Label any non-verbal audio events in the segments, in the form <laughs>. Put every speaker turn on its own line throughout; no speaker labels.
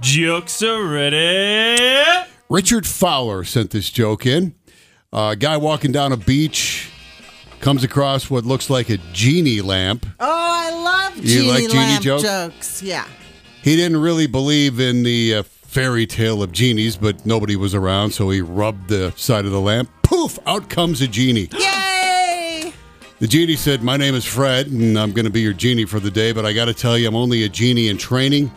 Jokes are ready.
Richard Fowler sent this joke in. A guy walking down a beach comes across what looks like a genie lamp.
Oh, I love
You
genie
like genie
lamp
jokes?
jokes. Yeah.
He didn't really believe in the uh, fairy tale of genies, but nobody was around, so he rubbed the side of the lamp. Poof! Out comes a genie.
Yay!
The genie said, My name is Fred, and I'm going to be your genie for the day, but I got to tell you, I'm only a genie in training,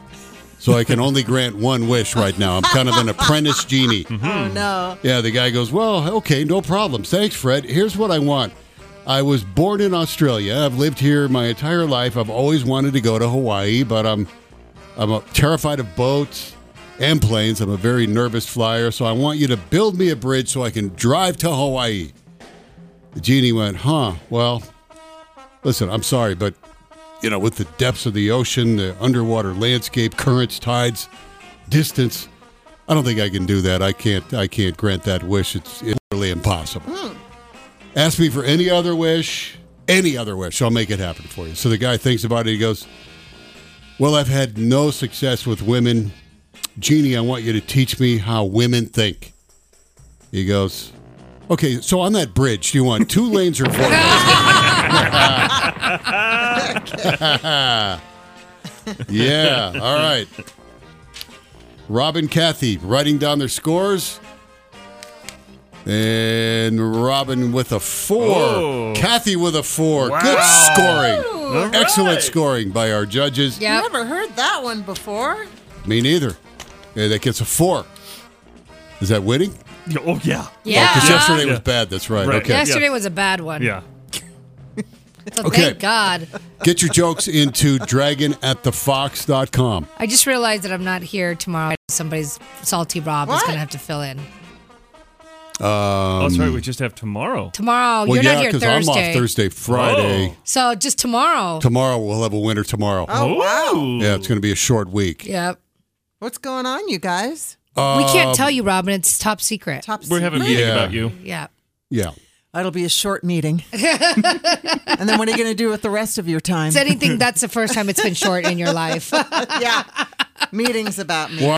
so I can only grant one wish right now. I'm kind of an apprentice genie.
Oh no.
Yeah, the guy goes, Well, okay, no problem. Thanks, Fred. Here's what I want. I was born in Australia. I've lived here my entire life. I've always wanted to go to Hawaii, but I'm I'm uh, terrified of boats and planes. I'm a very nervous flyer, so I want you to build me a bridge so I can drive to Hawaii. The genie went, "Huh. Well, listen, I'm sorry, but you know, with the depths of the ocean, the underwater landscape, currents, tides, distance, I don't think I can do that. I can't. I can't grant that wish. It's, it's literally impossible. Ask me for any other wish, any other wish. I'll make it happen for you. So the guy thinks about it. He goes, "Well, I've had no success with women. Genie, I want you to teach me how women think." He goes, "Okay. So on that bridge, do you want two lanes or four lanes?" <laughs> yeah. All right. Rob and Kathy writing down their scores. And Robin with a four.
Oh.
Kathy with a four.
Wow.
Good scoring.
Ooh,
Excellent
right.
scoring by our judges.
Yep.
Never heard that one before.
Me neither. Yeah, that gets a four. Is that winning?
Yeah, Oh yeah.
Yeah.
Because yesterday was
Yeah.
bad. That's right.
Right.
Okay.
Yes.
Yesterday was a bad one.
Yeah.
So
Okay.
thank God.
Get your jokes into dragon at thefox.com.
I just realized that I'm not here tomorrow. Somebody's salty Rob is
What?
going to have to fill in.
oh, that's right. We just have tomorrow.
Tomorrow,
Well,
you're
yeah,
not here
because I'm
Thursday.
off Thursday, Friday.
Oh.
So just tomorrow.
Tomorrow we'll have a winner tomorrow.
Oh, wow.
Ooh.
Yeah, it's going to be a short week.
yep.
What's going on, you guys?
we can't
Um,
tell you, Robin. It's top secret.
Top
We're having a
secret.
meeting
Yeah.
about you.
yeah.
Yeah.
That'll be a short meeting. and then what are you going to do with the rest of your time? <laughs>
It's anything that's the first time it's been short in your life. <laughs>
yeah. Meetings about me.
Well,